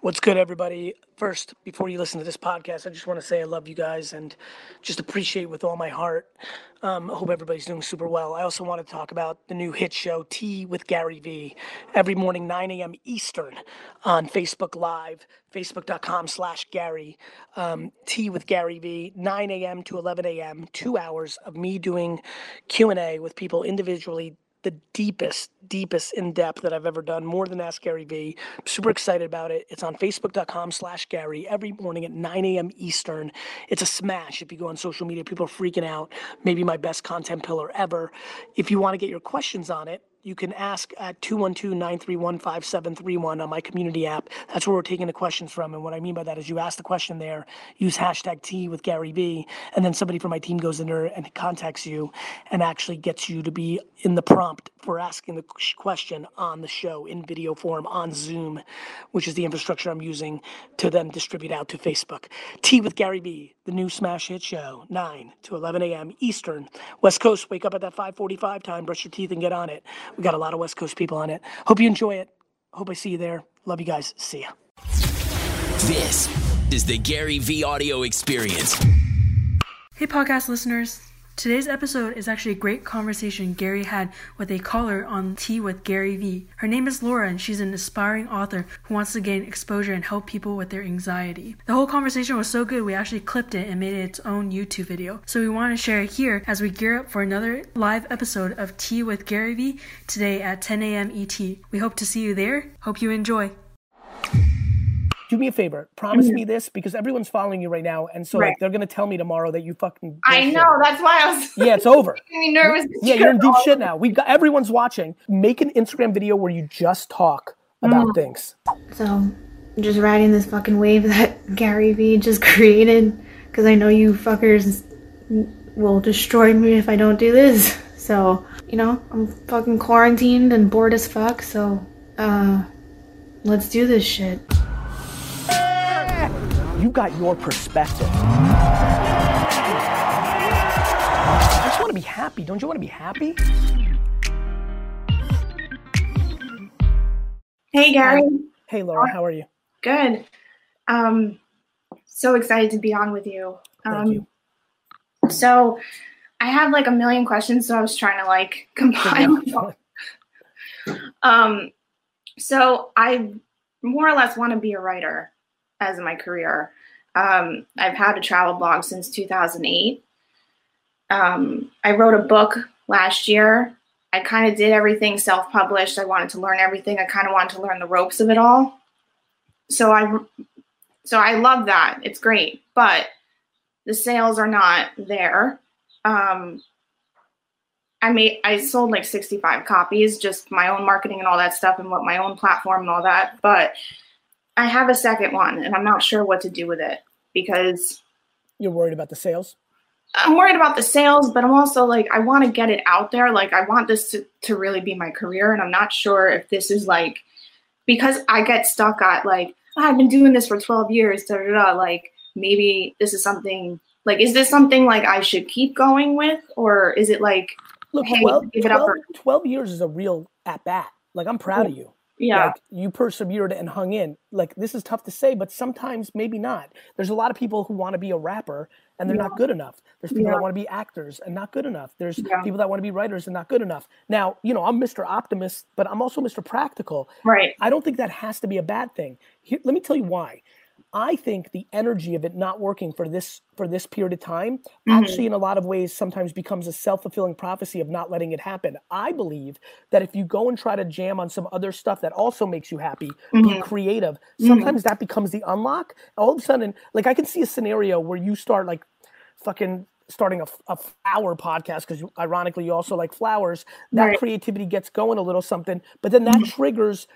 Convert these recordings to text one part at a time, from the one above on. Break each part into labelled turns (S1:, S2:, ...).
S1: What's good, everybody? First, before you listen to this podcast, I just want to say I love you guys and just appreciate with all my heart. Um, I hope everybody's doing super well. I also want to talk about the new hit show, Tea with Gary Vee, every morning, 9 a.m. Eastern on Facebook Live, facebook.com slash Gary. Um, Tea with Gary Vee, 9 a.m. to 11 a.m., two hours of me doing Q&A with people individually the deepest, deepest in depth that I've ever done, more than Ask Gary Vee. I'm super excited about it. It's on facebook.com slash Gary every morning at 9 a.m. Eastern. It's a smash. If you go on social media, people are freaking out. Maybe my best content pillar ever. If you want to get your questions on it, you can ask at 212-931-5731 on my community app. That's where we're taking the questions from. And what I mean by that is you ask the question there, use hashtag T with Gary V, and then somebody from my team goes in there and contacts you and actually gets you to be in the prompt for asking the ques- question on the show in video form on Zoom, which is the infrastructure I'm using to then distribute out to Facebook. T with Gary V, the new smash hit show, 9 to 11 a.m. Eastern. West Coast, wake up at that 545 time, brush your teeth and get on it. We got a lot of West Coast people on it. Hope you enjoy it. Hope I see you there. Love you guys. See ya.
S2: This is the Gary V audio experience.
S3: Hey, podcast listeners. Today's episode is actually a great conversation Gary had with a caller on Tea with Gary V. Her name is Laura, and she's an aspiring author who wants to gain exposure and help people with their anxiety. The whole conversation was so good, we actually clipped it and made it its own YouTube video. So we want to share it here as we gear up for another live episode of Tea with Gary V today at 10 a.m. ET. E We hope to see you there. Hope you enjoy.
S1: Do me a favor. Promise me this because everyone's following you right now. And so like
S4: Mm-hmm. Right.
S1: they're going to tell me tomorrow that you fucking.
S4: I
S1: bullshit.
S4: know. That's why I was
S1: Yeah, it's over.
S4: making me nervous.
S1: Yeah, you're in deep shit now. We've got everyone's watching. Make an Instagram video where you just talk about
S4: Mm.
S1: things.
S5: So, just riding this fucking wave that Gary Vee just created, because I know you fuckers will destroy me if I don't do this. So, you know, I'm fucking quarantined and bored as fuck, so, uh, let's do this shit.
S1: You got your perspective. I just want to be happy. Don't you want to be happy?
S4: Hey, Gary.
S1: Hey, Laura, how are you?
S4: Good. Um, so excited to be on with you. Um,
S1: Thank you.
S4: So I have like a million questions, so I was trying to like compile. them all. um, so I more or less want to be a writer as my career. Um, I've had a travel blog since 2008. Um, I wrote a book last year. I kind of did everything self published. I wanted to learn everything. I kind of wanted to learn the ropes of it all. So I so I love that. It's great. But the sales are not there. Um, I made I sold like 65 copies, just my own marketing and all that stuff, and what my own platform and all that. But I have a second one, and I'm not sure what to do with it because
S1: You're worried about the sales?
S4: I'm worried about the sales, but I'm also like I want to get it out there. Like I want this to, to really be my career, and I'm not sure if this is like because I get stuck at like "Ah, I've been doing this for 12 years, da da da. Like maybe this is something like is this something like I should keep going with, or is it like
S1: Look,
S4: Hey,
S1: 12,
S4: give it up
S1: 12
S4: for-
S1: 12 years is a real at bat. Like, I'm proud of you.
S4: yeah,
S1: Like you persevered and hung in. Like this is tough to say, but sometimes maybe not. There's a lot of people who want to be a rapper and they're not good enough. There's people
S4: Yeah.
S1: that want to be actors and not good enough. There's
S4: Yeah.
S1: people that want to be writers and not good enough. Now, you know, I'm Mr. Optimist, but I'm also Mr. Practical.
S4: right,
S1: I don't think that has to be a bad thing. Here, let me tell you why. I think the energy of it not working for this for this period of time
S4: Mm-hmm.
S1: actually in a lot of ways sometimes becomes a self-fulfilling prophecy of not letting it happen. I believe that if you go and try to jam on some other stuff that also makes you happy,
S4: Mm-hmm.
S1: be creative, sometimes that becomes the unlock. All of a sudden, like I can see a scenario where you start like fucking starting a, a flower podcast because ironically you also like flowers that
S4: Right. Mm-hmm.
S1: creativity gets going a little something but then that triggers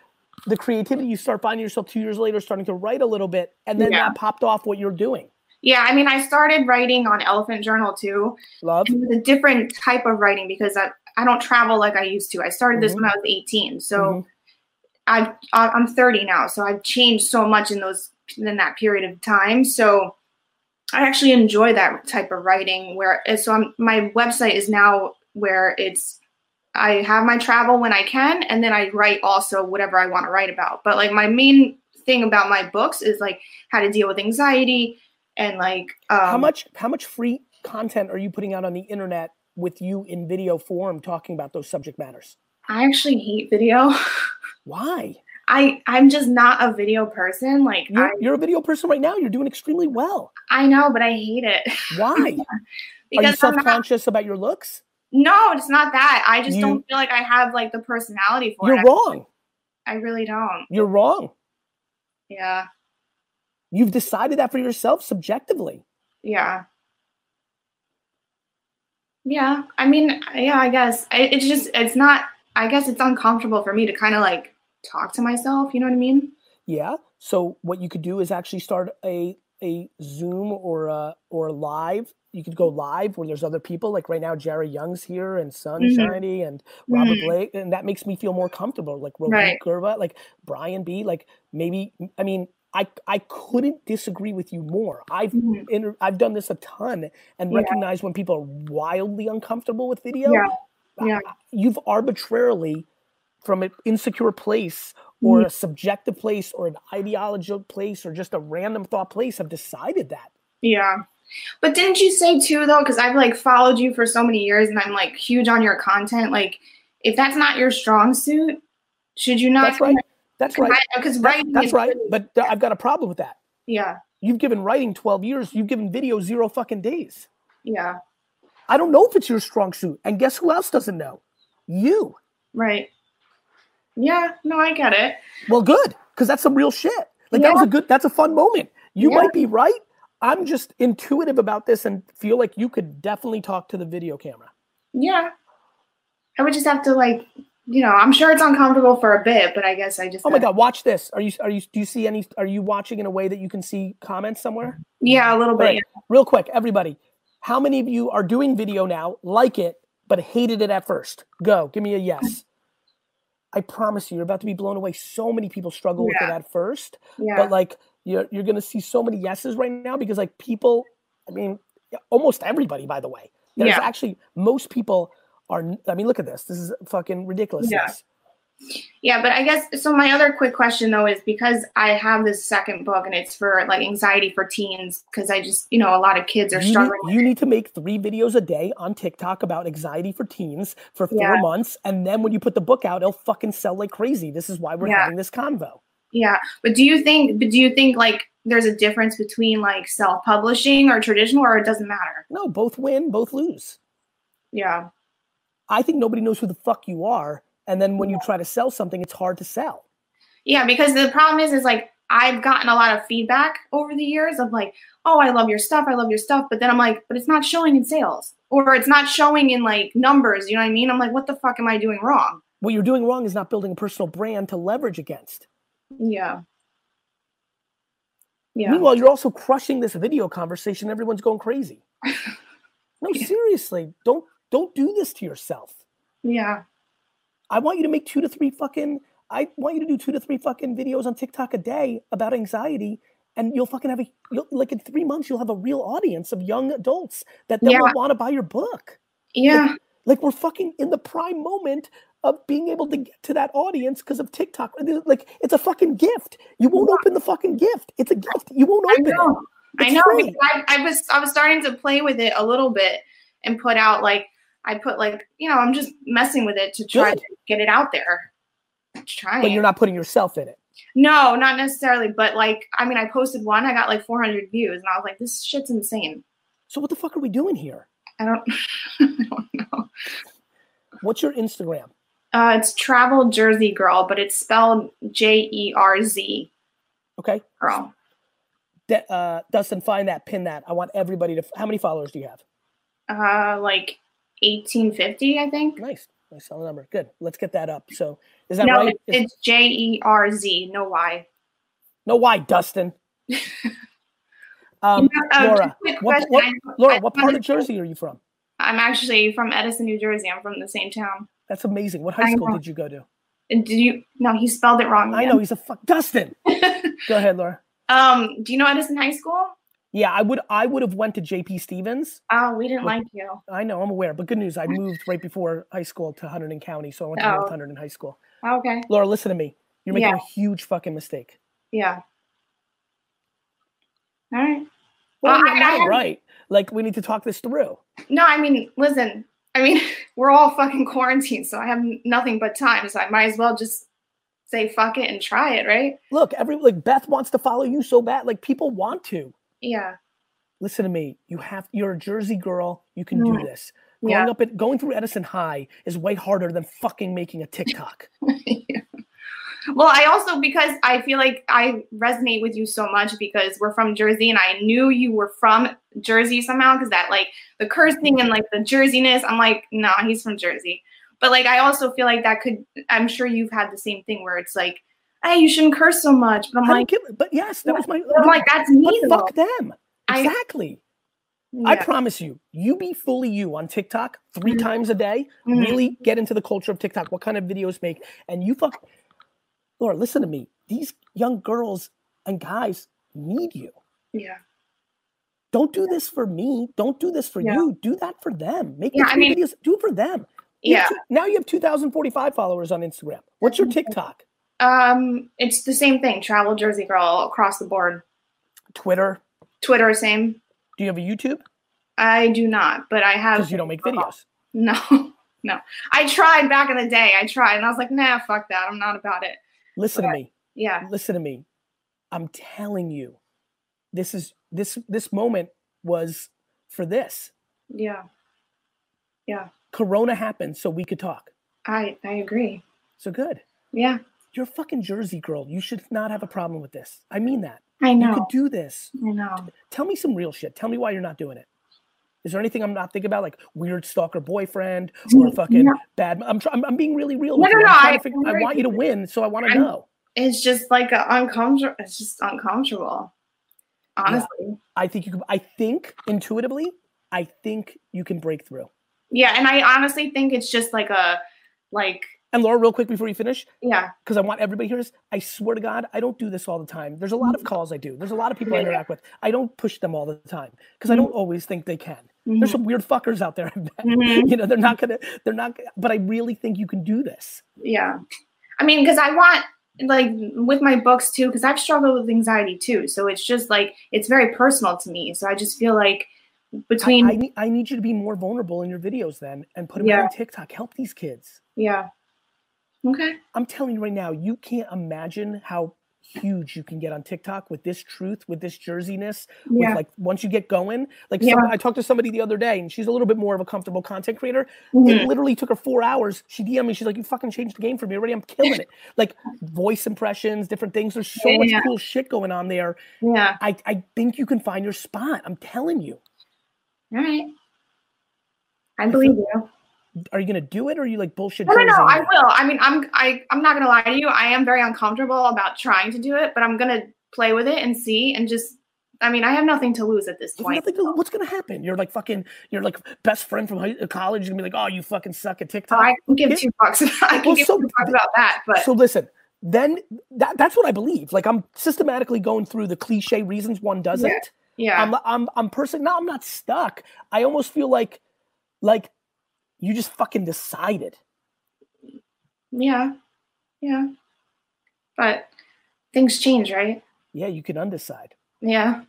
S1: the creativity you start finding yourself two years later starting to write a little bit and then
S4: Yeah.
S1: that popped off what you're doing
S4: yeah. I mean, I started writing on Elephant Journal too,
S1: love
S4: and it was a different type of writing because I I don't travel like I used to. I started
S1: Mm-hmm.
S4: this when I was 18, so.
S1: Mhm.
S4: I've I- I'm 30 now, so I've changed so much in those in that period of time. So I actually enjoy that type of writing. Where and so I'm, my website is now where it's I have my travel when I can, and then I write also whatever I want to write about. But like my main thing about my books is like how to deal with anxiety and like um,
S1: how much how much free content are you putting out on the internet with you in video form talking about those subject matters?
S4: I actually hate video.
S1: Why?
S4: I I'm just not a video person. Like
S1: You're,
S4: I,
S1: you're a video person right now. You're doing extremely well.
S4: I know, but I hate it
S1: Why? Are you
S4: because I'm
S1: self
S4: not.
S1: conscious about your looks?
S4: No, it's not that. I just
S1: You-
S4: don't feel like I have like the personality for
S1: You're
S4: it.
S1: wrong.
S4: I really don't.
S1: You're wrong.
S4: Yeah,
S1: You've decided that for yourself subjectively.
S4: yeah, yeah. I mean, yeah. I guess I, it's just it's not. I guess it's uncomfortable for me to kind of like talk to myself. You know what I mean?
S1: Yeah. So what you could do is actually start a a Zoom or a or live. You could go live where there's other people. Like right now, Jerry Young's here and Sunshiny and Robert
S4: Mhm.
S1: Blake, and that makes me feel more comfortable. Like Rohit
S4: Right.
S1: Gurva, like Brian B. Like maybe I mean I I couldn't disagree with you more. I've
S4: Mhm.
S1: inter- I've done this a ton and
S4: Yeah.
S1: recognize when people are wildly uncomfortable with video.
S4: Yeah. Yeah.
S1: You've arbitrarily, from an insecure place or
S4: Mm-hmm.
S1: a subjective place or an ideological place or just a random thought place, have decided that.
S4: Yeah. But didn't you say too though? Because I've like followed you for so many years, and I'm like huge on your content. Like, if that's not your strong suit, should you not?
S1: That's right. That's right.
S4: Because
S1: That's,
S4: writing.
S1: that's
S4: is
S1: right.
S4: really-
S1: But th- I've got a problem with that.
S4: yeah,
S1: You've given writing 12 years, you've given video zero fucking days.
S4: yeah,
S1: I don't know if it's your strong suit. And guess who else doesn't know? You.
S4: right. Yeah. No, I get it.
S1: Well, good, because that's some real shit. Like that was a good, that's a fun moment. You
S4: Yeah.
S1: might be right. I'm just intuitive about this and feel like you could definitely talk to the video camera.
S4: Yeah. I would just have to like, you know, I'm sure it's uncomfortable for a bit, but I guess I just.
S1: Oh my god, watch this. Are you are you do you see any are you watching in a way that you can see comments somewhere?
S4: Oh, Yeah, a little bit.
S1: Right. Real quick, everybody. How many of you are doing video now, like it, but hated it at first? Go, give me a yes. I promise you, you're about to be blown away. So many people struggle with it at first.
S4: Yeah.
S1: but like you're you're gonna see so many yeses right now because like people, I mean, almost everybody. By the way, there's
S4: Yeah.
S1: actually most people are. n- I mean, look at this. This is fucking ridiculous.
S4: Yeah. Yeah, but I guess so. My other quick question though is because I have this second book and it's for like anxiety for teens because I just you know a lot of kids are
S1: You need,
S4: struggling.
S1: you need to make three videos a day on TikTok about anxiety for teens for four
S4: Yeah.
S1: months, and then when you put the book out, it'll fucking sell like crazy. This is why we're
S4: Yeah.
S1: having this convo.
S4: yeah, but do you think? But do you think like there's a difference between like self publishing or traditional, or it doesn't matter?
S1: No, both win, both lose.
S4: Yeah,
S1: I think nobody knows who the fuck you are, and then when you try to sell something, it's hard to sell.
S4: yeah. Because the problem is, is like I've gotten a lot of feedback over the years of like, oh, I love your stuff, I love your stuff, but then I'm like, but it's not showing in sales or it's not showing in like numbers. You know what I mean? I'm like, what the fuck am I doing wrong?
S1: What you're doing wrong is not building a personal brand to leverage against.
S4: Yeah. Yeah.
S1: Meanwhile, you're also crushing this video conversation. Everyone's going crazy. no, seriously, don't don't do this to yourself.
S4: Yeah.
S1: I want you to make two to three fucking. I want you to do two to three fucking videos on TikTok a day about anxiety, and you'll fucking have a you'll, like in three months you'll have a real audience of young adults that then will
S4: Yeah.
S1: want to buy your book.
S4: Yeah.
S1: Like we're fucking in the prime moment of being able to get to that audience because of TikTok. Like it's a fucking gift. You won't open the fucking gift. It's a gift. You won't
S4: I
S1: open it.
S4: know. I
S1: It's
S4: know.
S1: free.
S4: because I, I was I was starting to play with it a little bit and put out like I put like you know I'm just messing with it to try
S1: Good.
S4: to get it out there. Trying.
S1: But you're not putting yourself in it.
S4: no, not necessarily. But like I mean, I posted one. I got like 400 views, and I was like, this shit's insane.
S1: So what the fuck are we doing here?
S4: I don't. I don't know.
S1: What's your Instagram?
S4: Uh, it's travel Jersey girl, but it's spelled J E R Z
S1: Okay,
S4: girl.
S1: De- uh, Dustin, find that, pin that. I want everybody to. How many followers do you have?
S4: Uh, like 1850, I think.
S1: Nice, nice solid number. Good. Let's get that up. So is that
S4: no,
S1: right?
S4: it-
S1: Is-
S4: it's J E R Z, no Y.
S1: no, why, Dustin? um,
S4: Uh, just
S1: Laura,
S4: a quick
S1: what-
S4: question.
S1: what-
S4: I-
S1: Laura,
S4: I-
S1: what part of Jersey are you from?
S4: I'm actually from Edison, New Jersey. I'm from the same town.
S1: That's amazing. What high
S4: I
S1: school
S4: know.
S1: did you go to?
S4: And Did you? No, he spelled it wrong.
S1: I know he's a fuck. Dustin,
S4: again.
S1: go ahead, Laura.
S4: um, do you know Edison High School?
S1: Yeah, I would. I would have went to J.P. Stevens.
S4: Oh, we didn't
S1: What?
S4: like you.
S1: I know, I'm aware, but good news. I moved right before high school to Hunterdon County, so I went to
S4: Oh.
S1: North Hunterdon High School.
S4: Okay.
S1: Laura, listen to me. You're making
S4: Yeah.
S1: a huge fucking mistake.
S4: Yeah. All right.
S1: Well,
S4: Well,
S1: you're
S4: I-
S1: not
S4: I-
S1: right. Like we need to talk this through.
S4: No, I mean, listen. I mean, we're all fucking quarantined, so I have nothing but time. So I might as well just say fuck it and try it, right?
S1: Look, every like Beth wants to follow you so bad. Like people want to.
S4: Yeah.
S1: Listen to me. You have you're a Jersey girl. You can do
S4: Mm.
S1: this. Going
S4: Yeah.
S1: up at going through Edison High is way harder than fucking making a TikTok.
S4: Well, I also because I feel like I resonate with you so much because we're from Jersey and I knew you were from Jersey somehow because that like the cursing and like the Jerseyness. I'm like, nah, he's from Jersey. But like I also feel like that could I'm sure you've had the same thing where it's like, hey, you shouldn't curse so much. But I'm
S1: I don't
S4: like
S1: give- but yes, that was my
S4: I'm like, that's me.
S1: but
S4: though.
S1: fuck them.
S4: I-
S1: Exactly. I,
S4: Yeah.
S1: promise you, you be fully you on TikTok 3
S4: Mhm.
S1: times a day.
S4: Mhm.
S1: Really get into the culture of TikTok. What kind of videos make and you fuck Laura, listen to me. These young girls and guys need you.
S4: Yeah.
S1: Don't do this for me. Don't do this for
S4: Yeah.
S1: you. Do that for them. Make
S4: Yeah,
S1: the
S4: I
S1: three
S4: mean-
S1: videos. Do it for them. You
S4: Yeah. Mm-hmm.
S1: have two- now you have 2,045 followers on Instagram. What's your TikTok?
S4: Um, it's the same thing. Travel Jersey Girl across the board.
S1: Twitter?
S4: Twitter, same.
S1: Do you have a YouTube?
S4: I do not, but I have
S1: Because you don't make
S4: Oh.
S1: videos.
S4: No, no. I tried back in the day. I tried, and I was like, nah, fuck that. I'm not about it.
S1: Listen to me.
S4: Yeah,
S1: Listen to me. I'm telling you. This is this this moment was for this.
S4: yeah.
S1: Corona happened so we could talk.
S4: I I agree.
S1: So good.
S4: Yeah,
S1: You're a fucking Jersey girl. You should not have a problem with this. I mean that.
S4: I
S1: You
S4: know.
S1: could do this.
S4: I know.
S1: Tell me some real shit. Tell me why you're not doing it. Is there anything I'm not thinking about, like weird stalker boyfriend or
S4: Mm,
S1: fucking
S4: no.
S1: bad? I'm, try- I'm I'm being really real.
S4: No,
S1: with
S4: no,
S1: you.
S4: no,
S1: I'm trying
S4: I-
S1: to fig-
S4: I'm
S1: I
S4: very
S1: want you to win, so I want to
S4: I'm-
S1: know.
S4: It's just like a uncomfortable. It's just uncomfortable. Honestly.
S1: I think you. Can, I think intuitively, I think you can break through.
S4: Yeah. and I honestly think it's just like a, like
S1: And Laura, real quick before you finish,
S4: yeah,
S1: because I want everybody here. Is I swear to God, I don't do this all the time. There's a lot of calls I do. There's a lot of people I
S4: Yeah, yeah.
S1: interact with. I don't push them all the time because
S4: Mm-hmm.
S1: I don't always think they can. There's
S4: mhm,
S1: some weird fuckers out there. I bet.
S4: Mhm.
S1: You know, they're not gonna. They're not. But I really think you can do this.
S4: Mm-hmm. yeah. I mean, because I want like with my books too, because I've struggled with anxiety too. So it's just like it's very personal to me. So I just feel like
S1: I,
S4: between
S1: I need, I need you to be more vulnerable in your videos then, and put them
S4: Yeah.
S1: on TikTok. Help these kids.
S4: yeah. Okay.
S1: I'm telling you right now, you can't imagine how huge you can get on TikTok with this truth, with this jerseyness,
S4: Yeah.
S1: with like once you get going. Like
S4: Yeah.
S1: some, I talked to somebody the other day, and she's a little bit more of a comfortable content creator. It
S4: Mhm.
S1: literally took her four hours. She DM'd me. She's like, "You fucking changed the game for me already. I'm killing it." Like voice impressions, different things. There's so much
S4: Yeah.
S1: cool shit going on there.
S4: Yeah.
S1: I I think you can find your spot. I'm telling you.
S4: All right. I believe you.
S1: Are you gonna do it, or are you like bullshit?
S4: No, no, no.
S1: Jersey
S4: I
S1: now?
S4: will. I mean, I'm I I'm not gonna lie to you. I am very uncomfortable about trying to do it, but I'm gonna play with it and see and just. I mean, I have nothing to lose at this
S1: You have
S4: point.
S1: nothing to- what's gonna happen? You're like fucking. You're like best friend from high, college. You're gonna be like, "Oh, you fucking suck at TikTok."
S4: I can give
S1: cares?
S4: two bucks. I can
S1: Well,
S4: give
S1: so-
S4: two bucks about that, but
S1: So listen, then that, that's what I believe. Like I'm systematically going through the cliche reasons one doesn't.
S4: yeah,
S1: I'm I'm I'm person. No, I'm not stuck. I almost feel like like you just fucking decided.
S4: yeah, yeah. But things change, right?
S1: Yeah, you can undecide.
S4: Yeah,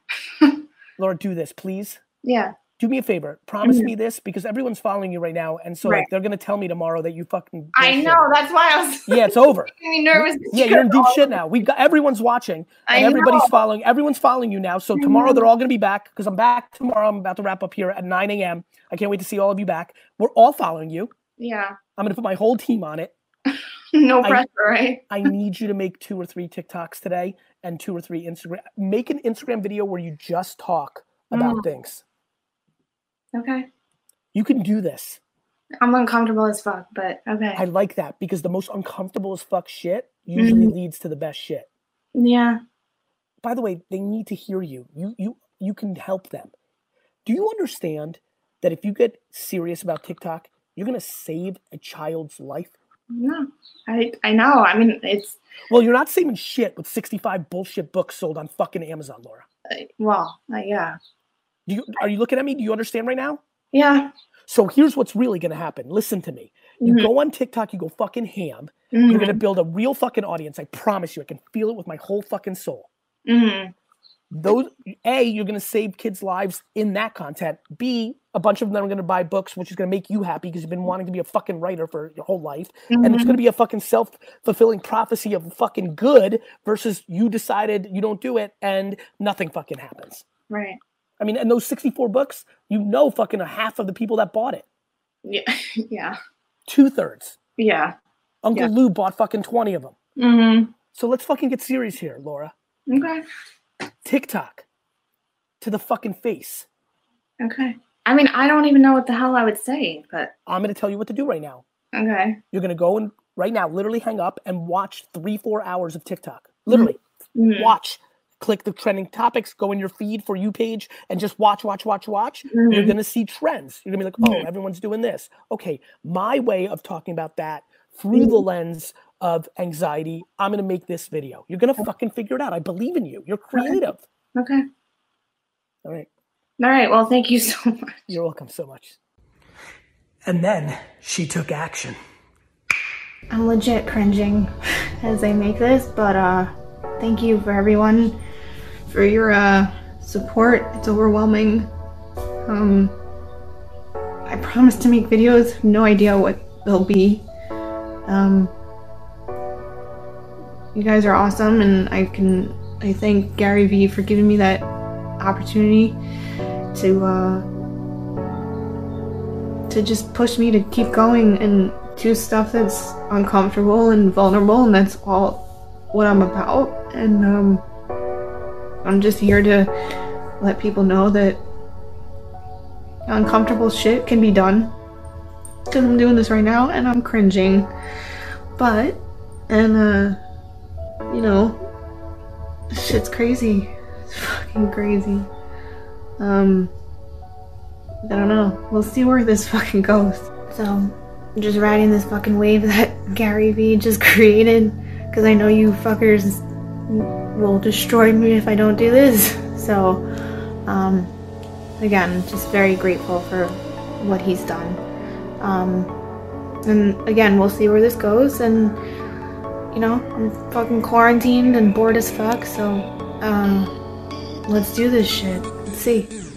S1: Laura, do this, please.
S4: yeah,
S1: Do me a favor. Promise
S4: Mhm.
S1: me this because everyone's following you right now, and so
S4: Right.
S1: like they're gonna tell me tomorrow that you fucking.
S4: I
S1: bullshit.
S4: know. That's why I was
S1: Yeah, it's over.
S4: getting nervous.
S1: Yeah, you're in deep shit now. We got everyone's watching.
S4: I
S1: and
S4: know.
S1: everybody's following. Everyone's following you now. So
S4: I
S1: tomorrow
S4: know.
S1: they're all going to be back because I'm back tomorrow. I'm about to wrap up here at 9 a.m. I can't wait to see all of you back. We're all following you.
S4: Yeah,
S1: I'm going to put my whole team on it.
S4: no
S1: I-
S4: pressure, right?
S1: I need you to make two or three TikToks today and two or three Instagram. Make an Instagram video where you just talk about things.
S4: Okay.
S1: You can do this.
S4: I'm uncomfortable as fuck, but okay.
S1: I like that because the most uncomfortable as fuck shit usually leads to the best shit.
S4: yeah.
S1: by the way, they need to hear you. You you you can help them. Do you understand that if you get serious about TikTok, you're gonna save a child's life?
S4: No. I I know. I mean, it's
S1: Well, you're not saving shit with 65 bullshit books sold on fucking Amazon, Laura.
S4: uh, well, uh, yeah.
S1: Do you are you looking at me? Do you understand right now?
S4: Yeah.
S1: So here's what's really gonna happen. Listen to me. You
S4: Mhm.
S1: go on TikTok, you go fucking ham, You're gonna build a real fucking audience. I promise you. I can feel it with my whole fucking soul.
S4: Mm-hmm.
S1: Those a you're gonna save kids' lives in that content. B a bunch of them are gonna buy books, which is gonna make you happy because you've been wanting to be a fucking writer for your whole life. And it's gonna be a fucking self fulfilling prophecy of fucking good versus you decided you don't do it and nothing fucking happens.
S4: Right.
S1: I mean, and those 64 books, you know, fucking a half of the people that bought it,
S4: Yeah. yeah.
S1: two thirds.
S4: Yeah.
S1: Uncle
S4: Yeah.
S1: Lou bought fucking 20 of them.
S4: Mm-hmm.
S1: So let's fucking get serious here, Laura.
S4: Okay.
S1: TikTok to the fucking face.
S4: Okay. I mean, I don't even know what the hell I would say, but
S1: I'm going to tell you what to do right now.
S4: okay.
S1: You're going to go and right now, literally hang up and watch three, four hours of TikTok. Literally,
S4: Mhm.
S1: watch. Click the trending topics, go in your feed for you page, and just watch, watch, watch, watch. You're
S4: Mhm.
S1: going to see trends. You're going to be like, oh, everyone's doing this. Okay, my way of talking about that through the lens of anxiety, I'm going to make this video. You're going to fucking figure it out. I believe in you. You're creative.
S4: Okay.
S1: All right.
S4: All right. Well, thank you so much.
S1: You're welcome so much. And then she took action.
S5: I'm legit cringing as I make this, but uh thank you for everyone for your uh support. It's overwhelming. Um I promise to make videos, no idea what they'll be. Um You guys are awesome and I can I thank Gary Vee for giving me that opportunity to uh to just push me to keep going and do stuff that's uncomfortable and vulnerable and that's all what I'm about and um I'm just here to let people know that uncomfortable shit can be done cuz I'm doing this right now and I'm cringing but and uh you know shit's crazy it's fucking crazy um I don't know. We'll see where this fucking goes. So, just riding this fucking wave that Gary Vee just created, because I know you fuckers will destroy me if I don't do this. So, um, again, just very grateful for what he's done. Um, and again, we'll see where this goes. And, you know, I'm fucking um, quarantined and bored as fuck, so, uh, let's do this shit. Let's see.